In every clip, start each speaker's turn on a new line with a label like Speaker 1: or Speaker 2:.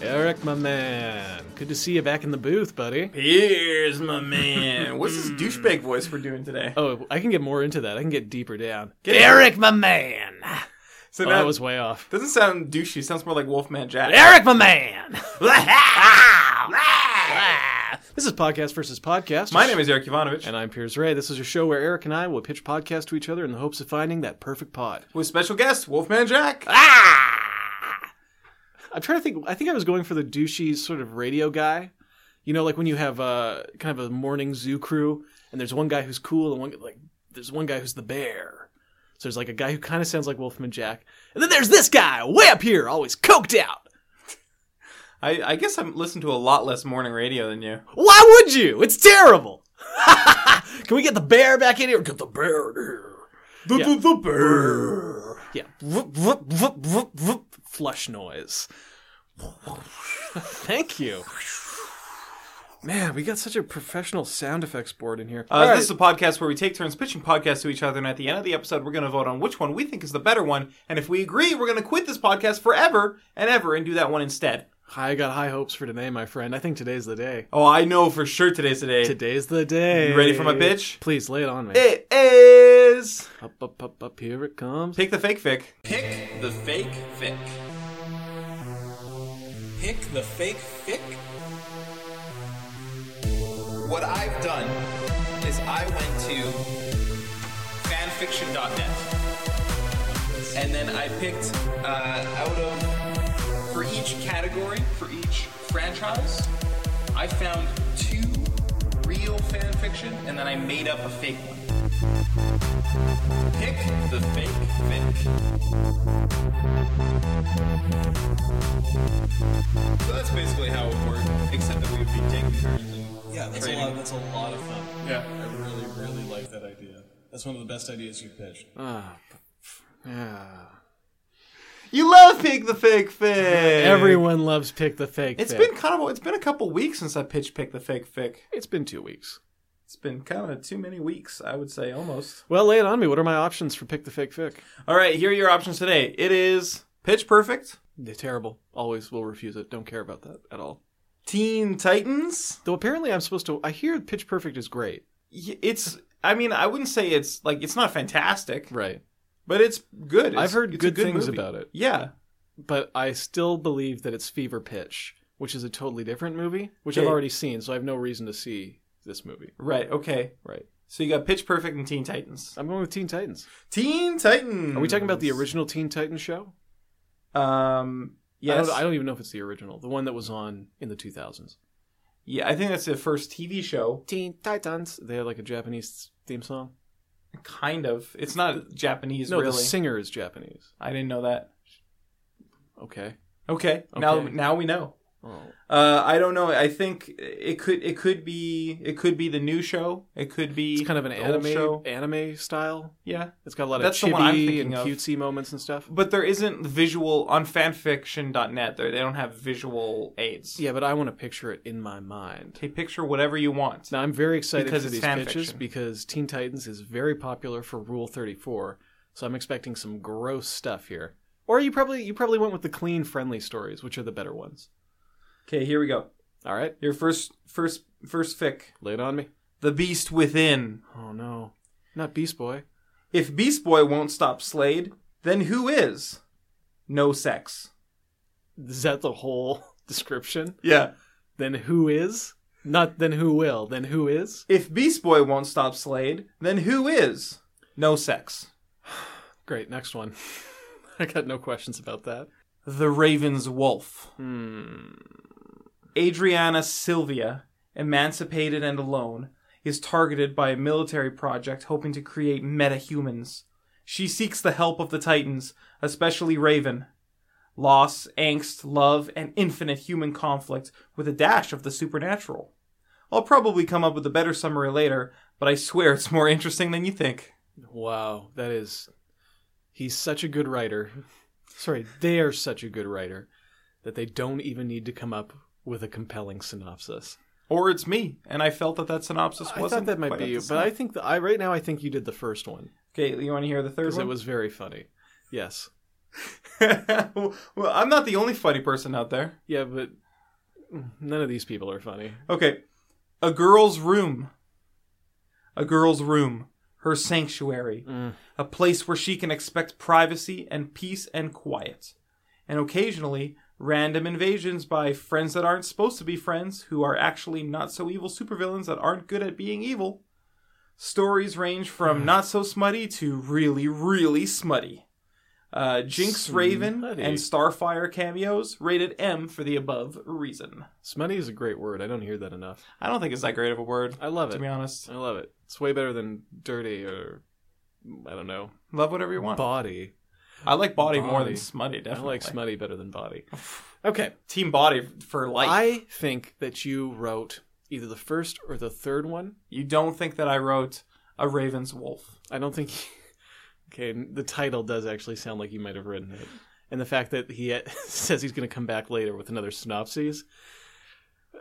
Speaker 1: Eric, my man. Good to see you back in the booth, buddy.
Speaker 2: Here's my man. What's
Speaker 1: Hmm.
Speaker 2: this douchebag voice we're doing today?
Speaker 1: Oh, I can get more into that. I can get deeper down.
Speaker 2: Get
Speaker 1: Eric, my man.
Speaker 2: So
Speaker 1: Oh,
Speaker 2: now
Speaker 1: that was way off.
Speaker 2: doesn't sound douchey. It sounds more like Wolfman Jack.
Speaker 1: Eric, my man. this is podcast versus podcast.
Speaker 2: My name is Eric Ivanovich.
Speaker 1: and I'm Piers Ray. This is a show where Eric and I will pitch podcasts to each other in the hopes of finding that perfect pod.
Speaker 2: with special guest Wolfman Jack.
Speaker 1: Ah! I'm trying to think. I think I was going for the douchey sort of radio guy. You know, like when you have uh, kind of a morning zoo crew, and there's one guy who's cool, and one like there's one guy who's the bear. So there's like a guy who kind of sounds like Wolfman Jack, and then there's this guy way up here, always coked out.
Speaker 2: I, I guess I'm listening to a lot less morning radio than you.
Speaker 1: Why would you? It's terrible. Can we get the bear back in here? Get the bear in here.
Speaker 2: The,
Speaker 1: the-
Speaker 2: bear.
Speaker 1: Yeah. Vroom, vroom, vroom, vroom, vroom. Flush noise. Thank you. Man, we got such a professional sound effects board in here.
Speaker 2: Uh, This is a podcast where we take turns pitching podcasts to each other, and at the end of the episode, we're going to vote on which one we think is the better one. And if we agree, we're going to quit this podcast forever and ever and do that one instead.
Speaker 1: I got high hopes for today, my friend. I think today's the day.
Speaker 2: Oh, I know for sure today's the day.
Speaker 1: Today's the day.
Speaker 2: You ready for my pitch?
Speaker 1: Please lay it on me.
Speaker 2: It is.
Speaker 1: Up, up, up, up. Here it comes.
Speaker 2: Pick the fake fic.
Speaker 3: Pick the fake fic. Pick the fake fic. What I've done is I went to fanfiction.net and then I picked uh, out of for each category, for each franchise, I found two real fanfiction and then I made up a fake one. Pick the fake fic. So that's basically how it worked, except that we would be taking turns and
Speaker 4: Yeah, that's a lot. That's a lot of fun.
Speaker 3: Yeah.
Speaker 4: I really, really like that idea. That's one of the best ideas you've pitched.
Speaker 1: Ah.
Speaker 2: You love pick the fake fic.
Speaker 1: Everyone loves Pick the Fake.
Speaker 2: It's
Speaker 1: Fic.
Speaker 2: been kind of. It's been a couple weeks since I pitched pick the fake fic.
Speaker 1: It's been two weeks.
Speaker 2: It's been kind of too many weeks, I would say, almost.
Speaker 1: Well, lay it on me. What are my options for Pick the Fake Fic?
Speaker 2: All right, here are your options today. It is Pitch Perfect,
Speaker 1: They're terrible. Always will refuse it. Don't care about that at all.
Speaker 2: Teen Titans.
Speaker 1: Though apparently I'm supposed to. I hear Pitch Perfect is great.
Speaker 2: Y- It's. I mean, I wouldn't say it's like it's not fantastic,
Speaker 1: Right.
Speaker 2: but it's good. It's-
Speaker 1: I've heard
Speaker 2: it's a
Speaker 1: good things
Speaker 2: movie.
Speaker 1: about it.
Speaker 2: Yeah,
Speaker 1: But I still believe that it's Fever Pitch, which is a totally different movie, which I've
Speaker 2: Okay.
Speaker 1: already seen, so I have no reason to see this movie.
Speaker 2: right. Okay,
Speaker 1: Right.
Speaker 2: so you got Pitch Perfect and Teen Titans.
Speaker 1: I'm going with Teen Titans.
Speaker 2: Teen Titans.
Speaker 1: Are we talking about the original Teen Titans show?
Speaker 2: Um.
Speaker 1: I
Speaker 2: Yes.
Speaker 1: don't, I don't even know if it's the original, the one that was on in the 2000s.
Speaker 2: yeah, I think that's the first TV show.
Speaker 1: Teen Titans. They have like a Japanese theme song.
Speaker 2: Kind of. It's not Japanese,
Speaker 1: no, the
Speaker 2: really.
Speaker 1: singer is Japanese.
Speaker 2: I didn't know that.
Speaker 1: Okay.
Speaker 2: Okay. Now,
Speaker 1: Okay.
Speaker 2: now we know.
Speaker 1: Oh.
Speaker 2: Uh, I don't know. I think it could it could be it could be the new show. It could be
Speaker 1: It's kind of an
Speaker 2: the old
Speaker 1: anime
Speaker 2: show.
Speaker 1: anime style.
Speaker 2: Yeah,
Speaker 1: It's got a lot
Speaker 2: That's the
Speaker 1: of
Speaker 2: one I'm
Speaker 1: chibi
Speaker 2: thinking
Speaker 1: and
Speaker 2: of.
Speaker 1: cutesy moments and stuff.
Speaker 2: but there isn't visual on fanfiction.net. There they don't have visual aids.
Speaker 1: Yeah, but I want to picture it in my mind.
Speaker 2: Okay, picture whatever you want.
Speaker 1: Now I'm very excited
Speaker 2: Because
Speaker 1: for
Speaker 2: it's
Speaker 1: these
Speaker 2: fan
Speaker 1: pitches
Speaker 2: fiction.
Speaker 1: because Teen Titans is very popular for Rule 34, so I'm expecting some gross stuff here. Or you probably you probably went with the clean, friendly stories, which are the better ones.
Speaker 2: Okay, here we go.
Speaker 1: All right,
Speaker 2: Your first first first fic.
Speaker 1: lay it on me.
Speaker 2: The Beast Within.
Speaker 1: Oh no, not Beast Boy.
Speaker 2: If Beast Boy won't stop Slade, then who is? No sex.
Speaker 1: Is that the whole description?
Speaker 2: Yeah.
Speaker 1: Then who is? Not then who will? Then who is?
Speaker 2: If Beast Boy won't stop Slade, then who is? No sex.
Speaker 1: Great, next one. I got no questions about that.
Speaker 2: The Raven's Wolf.
Speaker 1: Hmm.
Speaker 2: Adriana Sylvia, emancipated and alone, is targeted by a military project hoping to create metahumans. She seeks the help of the Titans, especially Raven. Loss, angst, love, and infinite human conflict with a dash of the supernatural. I'll probably come up with a better summary later, but I swear it's more interesting than you think.
Speaker 1: Wow, that is. He's such a good writer. Sorry, they are such a good writer that they don't even need to come up with a compelling synopsis.
Speaker 2: Or it's me, and I felt that that synopsis
Speaker 1: I
Speaker 2: wasn't.
Speaker 1: thought that might
Speaker 2: quite
Speaker 1: be
Speaker 2: up
Speaker 1: you,
Speaker 2: to
Speaker 1: but I
Speaker 2: snuff.
Speaker 1: think the, I right now I think you did the first one
Speaker 2: okay. You want to hear the third
Speaker 1: because
Speaker 2: one?
Speaker 1: it was very funny. Yes,
Speaker 2: well, I'm not the only funny person out there.
Speaker 1: Yeah, but none of these people are funny.
Speaker 2: Okay. A girl's room. A girl's room. Her sanctuary. A place where she can expect privacy and peace and quiet. And occasionally, random invasions by friends that aren't supposed to be friends, who are actually not so evil supervillains that aren't good at being evil. Stories range from not so smutty to really, really smutty. Uh, Jinx, Raven,
Speaker 1: Smutty.
Speaker 2: and Starfire cameos rated M for the above reason.
Speaker 1: Smutty is a great word. I don't hear that enough.
Speaker 2: I don't think it's that great of a word.
Speaker 1: I love
Speaker 2: to
Speaker 1: it.
Speaker 2: be honest.
Speaker 1: I love it. It's way better than dirty or I don't know
Speaker 2: Love whatever you want.
Speaker 1: body.
Speaker 2: I like body, more than
Speaker 1: Body.
Speaker 2: smutty.
Speaker 1: I
Speaker 2: Definitely.
Speaker 1: like smutty better than body. Okay,
Speaker 2: Team body for life.
Speaker 1: I think that you wrote either the first or the third one.
Speaker 2: You don't think that I wrote a Raven's Wolf?
Speaker 1: I don't think. okay, the title does actually sound like you might have written it, and the fact that he says he's going to come back later with another synopsis.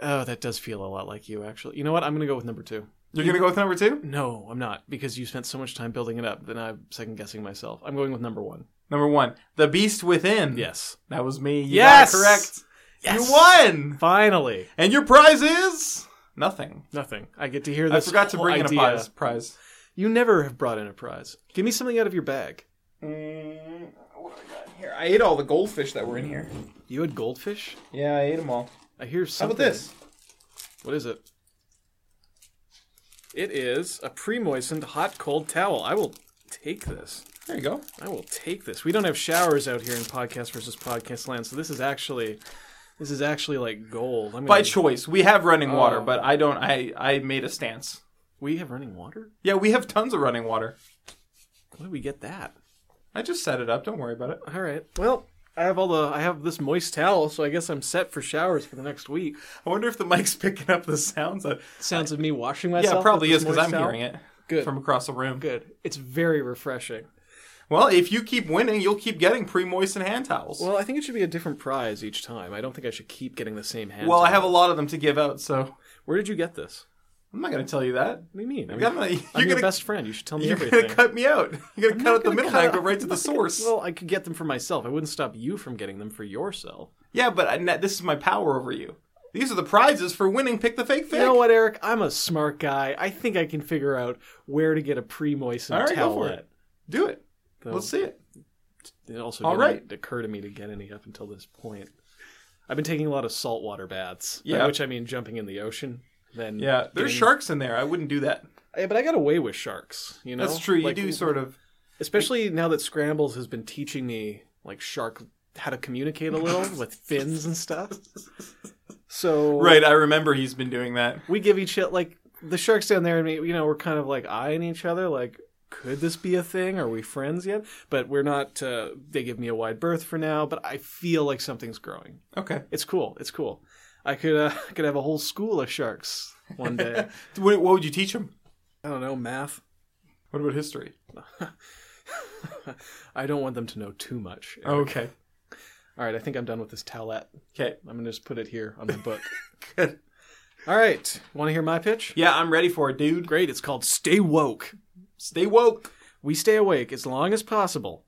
Speaker 1: Oh, that does feel a lot like you, actually. You know what? I'm going to go with number two.
Speaker 2: You're gonna go with number two?
Speaker 1: No, I'm not, because you spent so much time building it up. Then I'm second guessing myself. I'm going with number one.
Speaker 2: Number one, The Beast Within.
Speaker 1: Yes.
Speaker 2: that was me. You
Speaker 1: Yes!
Speaker 2: got it correct.
Speaker 1: Yes!
Speaker 2: You won,
Speaker 1: Finally,
Speaker 2: and your prize is nothing.
Speaker 1: nothing. I get to hear
Speaker 2: I
Speaker 1: this.
Speaker 2: forgot to
Speaker 1: whole
Speaker 2: bring in a
Speaker 1: idea.
Speaker 2: prize. Prize.
Speaker 1: You never have brought in a prize. Give me something out of your bag.
Speaker 2: Mm, what do I got in here? I ate all the goldfish that were in here.
Speaker 1: You had goldfish.
Speaker 2: Yeah, I ate them all.
Speaker 1: I hear
Speaker 2: How
Speaker 1: something.
Speaker 2: about this?
Speaker 1: What is it? It is a pre-moistened hot cold towel. I will take this.
Speaker 2: There you go.
Speaker 1: I will take this. We don't have showers out here in podcast versus podcast land, so this is actually this is actually like gold. I mean,
Speaker 2: By choice, we have running water,
Speaker 1: Oh.
Speaker 2: but I don't. I I made a stance.
Speaker 1: we have running water.
Speaker 2: Yeah, we have tons of running water.
Speaker 1: Where do we get that?
Speaker 2: I just set it up. Don't worry about it.
Speaker 1: All right. Well, I have all the I have this moist towel, so I guess I'm set for showers for the next week.
Speaker 2: I wonder if the mic's picking up the sounds. That...
Speaker 1: Sounds of me washing
Speaker 2: Yeah,
Speaker 1: myself.
Speaker 2: it probably
Speaker 1: with
Speaker 2: is
Speaker 1: this
Speaker 2: because
Speaker 1: moist
Speaker 2: I'm
Speaker 1: towel.
Speaker 2: hearing it
Speaker 1: Good.
Speaker 2: from across the room.
Speaker 1: Good. It's very refreshing.
Speaker 2: Well, if you keep winning, you'll keep getting pre-moistened hand towels. Well,
Speaker 1: Well, I think it should be a different prize each time. I don't think I should keep getting the same hand.
Speaker 2: I
Speaker 1: towel.
Speaker 2: have a lot of them to give out, so
Speaker 1: Where did you get this?
Speaker 2: I'm not going to tell you that.
Speaker 1: What do you mean? I
Speaker 2: I'm gonna-
Speaker 1: am
Speaker 2: you're
Speaker 1: your
Speaker 2: gonna-
Speaker 1: best friend. You should tell me
Speaker 2: You're
Speaker 1: everything.
Speaker 2: going to cut me out. You're going to cut out the
Speaker 1: gonna
Speaker 2: middleman
Speaker 1: cut
Speaker 2: and go
Speaker 1: out-
Speaker 2: right to the source.
Speaker 1: Well, I could get them for myself. I wouldn't stop you from getting them for yourself.
Speaker 2: Yeah, but I, ne- this is my power over you. These are the prizes for winning. Pick the fake fake.
Speaker 1: You know what, Eric? I'm a smart guy. I think I can figure out where to get a pre-moistened
Speaker 2: All right, go
Speaker 1: towel.
Speaker 2: for
Speaker 1: at.
Speaker 2: it. Do it.
Speaker 1: So,
Speaker 2: Let's see it.
Speaker 1: It also
Speaker 2: All
Speaker 1: didn't
Speaker 2: right.
Speaker 1: occur to me to get any up until this point. I've been taking a lot of saltwater baths. By
Speaker 2: Yeah.
Speaker 1: which I mean jumping in the ocean. Then
Speaker 2: Yeah, there's
Speaker 1: getting-
Speaker 2: sharks in there. I wouldn't do that.
Speaker 1: Yeah, but I got away with sharks. You know,
Speaker 2: That's true. You
Speaker 1: Like,
Speaker 2: do sort of.
Speaker 1: especially now that scrambles has been teaching me like shark how to communicate a little with fins and stuff so
Speaker 2: Right, I remember he's been doing that.
Speaker 1: we give each other like the sharks down there and me you know we're kind of like eyeing each other like could this be a thing are we friends yet but we're not uh, they give me a wide berth for now but i feel like something's growing
Speaker 2: Okay.
Speaker 1: it's cool it's cool i could uh, I could have a whole school of sharks one day
Speaker 2: What, what would you teach him?
Speaker 1: i don't know math
Speaker 2: What about history?
Speaker 1: i don't want them to know too much
Speaker 2: Oh, Okay.
Speaker 1: all right i think i'm done with this towelette
Speaker 2: Okay.
Speaker 1: I'm gonna just put it here on the book.
Speaker 2: Good.
Speaker 1: All right, want to hear my pitch?
Speaker 2: Yeah, I'm ready for it, dude.
Speaker 1: Great. It's called "Stay Woke."
Speaker 2: Stay woke.
Speaker 1: We stay awake as long as possible.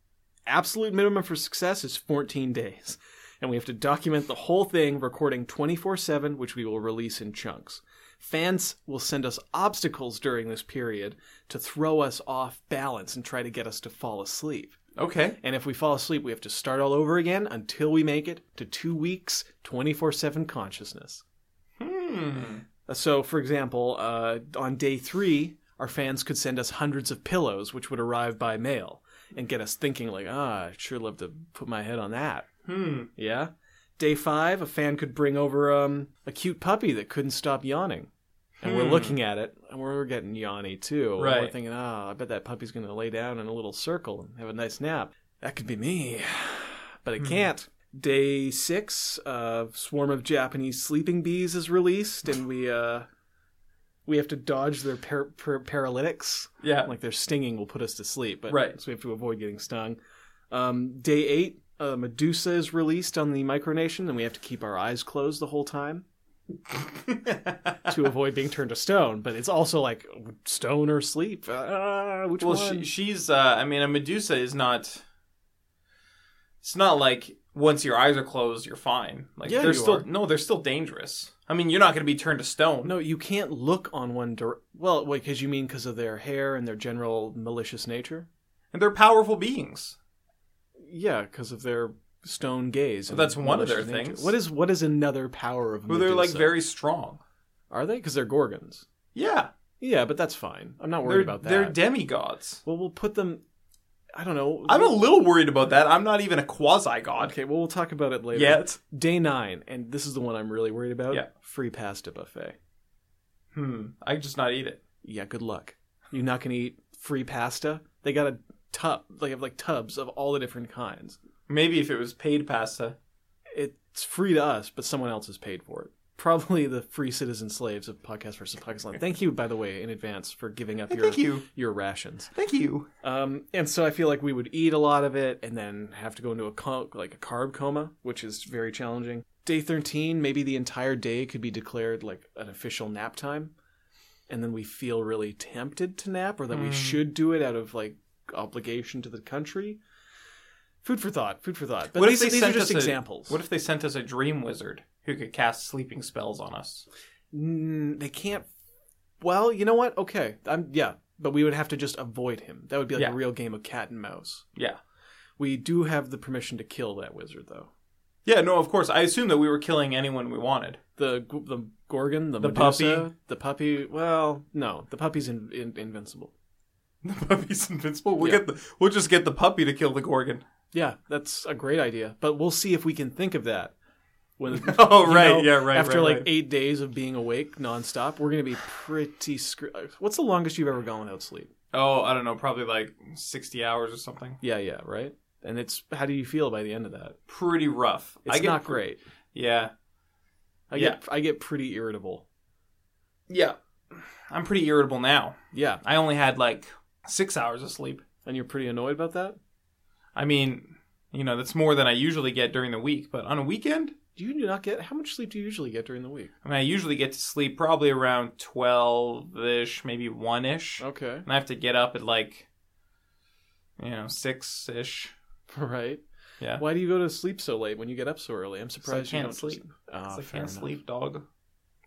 Speaker 1: Absolute minimum for success is 14 days, and we have to document the whole thing, recording 24/7, which we will release in chunks. Fans will send us obstacles during this period to throw us off balance and try to get us to fall asleep.
Speaker 2: Okay.
Speaker 1: And if we fall asleep, we have to start all over again until we make it to two weeks, 24 7 consciousness. Hmm. So, for example, uh, on day three, our fans could send us hundreds of pillows, which would arrive by mail and get us thinking, like, ah, I'd sure love to put my head on that.
Speaker 2: Hmm.
Speaker 1: Yeah? Day five, a fan could bring over um, a cute puppy that couldn't stop yawning. And we're
Speaker 2: Hmm.
Speaker 1: looking at it, and we're getting yawny too. And We're
Speaker 2: Right.
Speaker 1: thinking, ah, I bet that puppy's going to lay down in a little circle and have a nice nap. That could be me, but
Speaker 2: Hmm.
Speaker 1: it can't. Day six, uh, swarm of Japanese sleeping bees is released, and we uh, we have to dodge their par- par- paralytics.
Speaker 2: Yeah.
Speaker 1: Like their stinging will put us to sleep, but
Speaker 2: Right.
Speaker 1: so we have to avoid getting stung. Um, day eight, uh, Medusa is released on the micronation, and we have to keep our eyes closed the whole time to avoid being turned to stone. But it's also like stone or sleep. Uh, which
Speaker 2: well,
Speaker 1: one?
Speaker 2: she, she's. Uh, I mean, a Medusa is not. it's not like once your eyes are closed you're fine. Like
Speaker 1: Yeah,
Speaker 2: they're
Speaker 1: you
Speaker 2: still
Speaker 1: are.
Speaker 2: no, they're still dangerous. I mean, you're not going to be turned to stone.
Speaker 1: No, you can't look on one direct. Well, wait, because you mean because of their hair and their general malicious nature?
Speaker 2: and they're powerful beings.
Speaker 1: Yeah, because of their stone gaze. and
Speaker 2: that's one of their
Speaker 1: malicious nature.
Speaker 2: things.
Speaker 1: What is what is another power of?
Speaker 2: Who they're like
Speaker 1: Medusa?
Speaker 2: very strong.
Speaker 1: Are they? Because they're gorgons.
Speaker 2: Yeah,
Speaker 1: Yeah, but that's fine. I'm not worried
Speaker 2: they're
Speaker 1: about that.
Speaker 2: they're demigods.
Speaker 1: well, we'll put them. I don't know.
Speaker 2: I'm a little worried about that. I'm not even a quasi god
Speaker 1: okay. Well, we'll talk about it later.
Speaker 2: yet.
Speaker 1: Day nine, and this is the one I'm really worried about.
Speaker 2: Yeah.
Speaker 1: Free pasta buffet.
Speaker 2: Hmm. I just not eat it.
Speaker 1: Yeah, good luck. You're not gonna eat free pasta. They got a tub. They have like tubs of all the different kinds.
Speaker 2: Maybe if it was paid pasta.
Speaker 1: it's free to us, but someone else has paid for it. Probably the free citizen slaves of Podcast versus Pakistan. Thank you, by the way, in advance for giving up your
Speaker 2: Thank you.
Speaker 1: your rations.
Speaker 2: Thank you.
Speaker 1: Um, and so I feel like we would eat a lot of it and then have to go into a co- like a carb coma, which is very challenging. Day thirteen, maybe the entire day could be declared like an official nap time, and then we feel really tempted to nap, or that we
Speaker 2: Mm.
Speaker 1: should do it out of like obligation to the country. Food for thought. Food for thought. But
Speaker 2: What if
Speaker 1: these,
Speaker 2: they
Speaker 1: these are
Speaker 2: sent
Speaker 1: just
Speaker 2: us a-
Speaker 1: examples.
Speaker 2: What if they sent us a dream wizard who could cast sleeping spells on us?
Speaker 1: Mm, they can't. Well, you know what? Okay, I'm yeah, but we would have to just avoid him. That would be like
Speaker 2: Yeah.
Speaker 1: a real game of cat and mouse.
Speaker 2: Yeah.
Speaker 1: We do have the permission to kill that wizard, though.
Speaker 2: Yeah, no, of course. I assume that we were killing anyone we wanted.
Speaker 1: The g- the gorgon, the,
Speaker 2: The
Speaker 1: Medusa,
Speaker 2: puppy.
Speaker 1: the puppy. Well, no, the puppy's in, in, invincible.
Speaker 2: The puppy's invincible. We'll
Speaker 1: Yeah.
Speaker 2: get the, we'll just get the puppy to kill the gorgon.
Speaker 1: Yeah, that's a great idea. But we'll see if we can think of that. When,
Speaker 2: Oh,
Speaker 1: you
Speaker 2: right, yeah, right,
Speaker 1: After
Speaker 2: right,
Speaker 1: like
Speaker 2: right.
Speaker 1: eight days of being awake nonstop, we're gonna be pretty screwed. What's the longest you've ever gone without sleep?
Speaker 2: Oh, I don't know, probably like sixty hours or something.
Speaker 1: Yeah, yeah, right. And it's how do you feel by the end of that?
Speaker 2: Pretty rough.
Speaker 1: It's
Speaker 2: I get
Speaker 1: not
Speaker 2: pre-
Speaker 1: great.
Speaker 2: Yeah,
Speaker 1: I get I get pretty irritable.
Speaker 2: yeah. I'm pretty irritable now.
Speaker 1: Yeah,
Speaker 2: I only had like six hours of sleep.
Speaker 1: and you're pretty annoyed about that.
Speaker 2: I mean, you know, that's more than I usually get during the week. But on a weekend,
Speaker 1: Do you not get how much sleep do you usually get during the week?
Speaker 2: I mean, I usually get to sleep probably around twelve ish, maybe one ish.
Speaker 1: Okay,
Speaker 2: and I have to get up at like, you know, six ish.
Speaker 1: right.
Speaker 2: Yeah.
Speaker 1: Why do you go to sleep so late when you get up so early? I'm surprised
Speaker 2: can't
Speaker 1: you don't
Speaker 2: sleep.
Speaker 1: Just... Ah,
Speaker 2: 'Cause I
Speaker 1: fair
Speaker 2: can't
Speaker 1: enough.
Speaker 2: sleep, dog.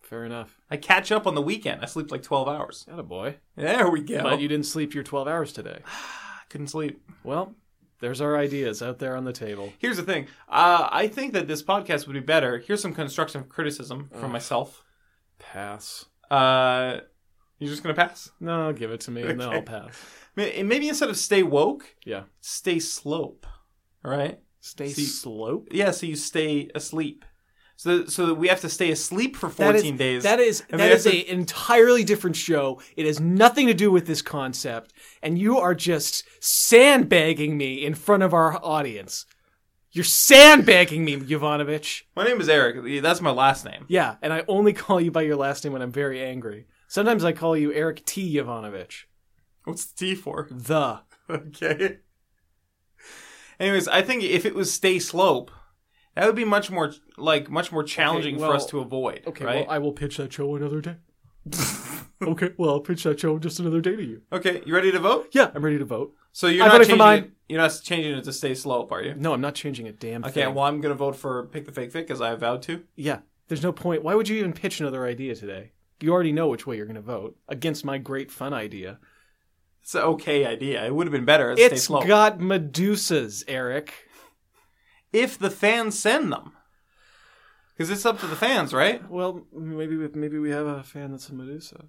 Speaker 1: Fair enough.
Speaker 2: I catch up on the weekend. I sleep like twelve hours.
Speaker 1: Not a boy.
Speaker 2: There we go.
Speaker 1: But you didn't sleep your 12 hours today.
Speaker 2: I couldn't sleep.
Speaker 1: Well, there's our ideas out there on the table.
Speaker 2: Here's the thing. Uh, I think that this podcast would be better. Here's some constructive criticism from
Speaker 1: Ugh.
Speaker 2: myself.
Speaker 1: Pass.
Speaker 2: Uh, you're just gonna pass.
Speaker 1: No, give it to me and then I'll
Speaker 2: Okay.
Speaker 1: pass.
Speaker 2: May- Maybe instead of stay woke,
Speaker 1: Yeah.
Speaker 2: stay slope. All right.
Speaker 1: Stay
Speaker 2: See-
Speaker 1: slope.
Speaker 2: Yeah. So you stay asleep. So so that we have to stay asleep for 14 days.
Speaker 1: That is
Speaker 2: And
Speaker 1: that
Speaker 2: we
Speaker 1: is
Speaker 2: have
Speaker 1: a entirely different show. It has nothing to do with this concept, and you are just sandbagging me in front of our audience. You're sandbagging me, Yovanovitch.
Speaker 2: My name is Eric. That's my last name.
Speaker 1: Yeah, and I only call you by your last name when I'm very angry. Sometimes I call you Eric T. Yovanovitch.
Speaker 2: What's the T for?
Speaker 1: The.
Speaker 2: okay. Anyways, I think if it was stay slope, that would be much more like much more challenging
Speaker 1: well-
Speaker 2: for us to avoid.
Speaker 1: Okay,
Speaker 2: right?
Speaker 1: well, I will pitch that show another day. okay, well, I'll pitch that show just another day to you.
Speaker 2: okay, you ready to vote?
Speaker 1: Yeah, I'm ready to vote.
Speaker 2: So you're
Speaker 1: I
Speaker 2: not
Speaker 1: voted for
Speaker 2: changing
Speaker 1: mine.
Speaker 2: It, you're not changing it to stay slope, are you?
Speaker 1: No, I'm not changing a damn
Speaker 2: Okay,
Speaker 1: thing.
Speaker 2: well I'm gonna vote for pick the fake fake as I vowed to.
Speaker 1: Yeah, there's no point. Why would you even pitch another idea today? You already know which way you're going to vote against my great fun idea.
Speaker 2: It's an okay idea. It would have been better as stay
Speaker 1: It's
Speaker 2: slope.
Speaker 1: got Medusas, Eric.
Speaker 2: if the fans send them, because it's up to the fans, right?
Speaker 1: Well, maybe we, maybe we have a fan that's a Medusa.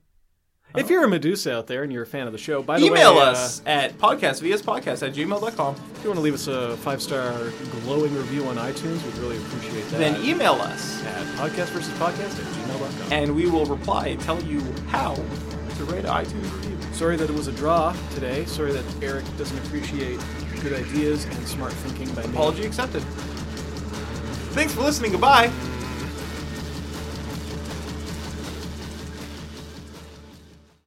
Speaker 1: If you're a Medusa out there and you're a fan of the show, by the way,
Speaker 2: Email
Speaker 1: uh,
Speaker 2: us at podcastvspodcast at gmail.com.
Speaker 1: if you want to leave us a five star glowing review on iTunes, we'd really appreciate that.
Speaker 2: Then e- email us
Speaker 1: at podcast versus podcast at gmail.com.
Speaker 2: and we will reply and tell you how to rate an iTunes review.
Speaker 1: Sorry that it was a draw today. Sorry that Eric doesn't appreciate good ideas and smart thinking by me.
Speaker 2: Apology accepted. Thanks for listening. Goodbye.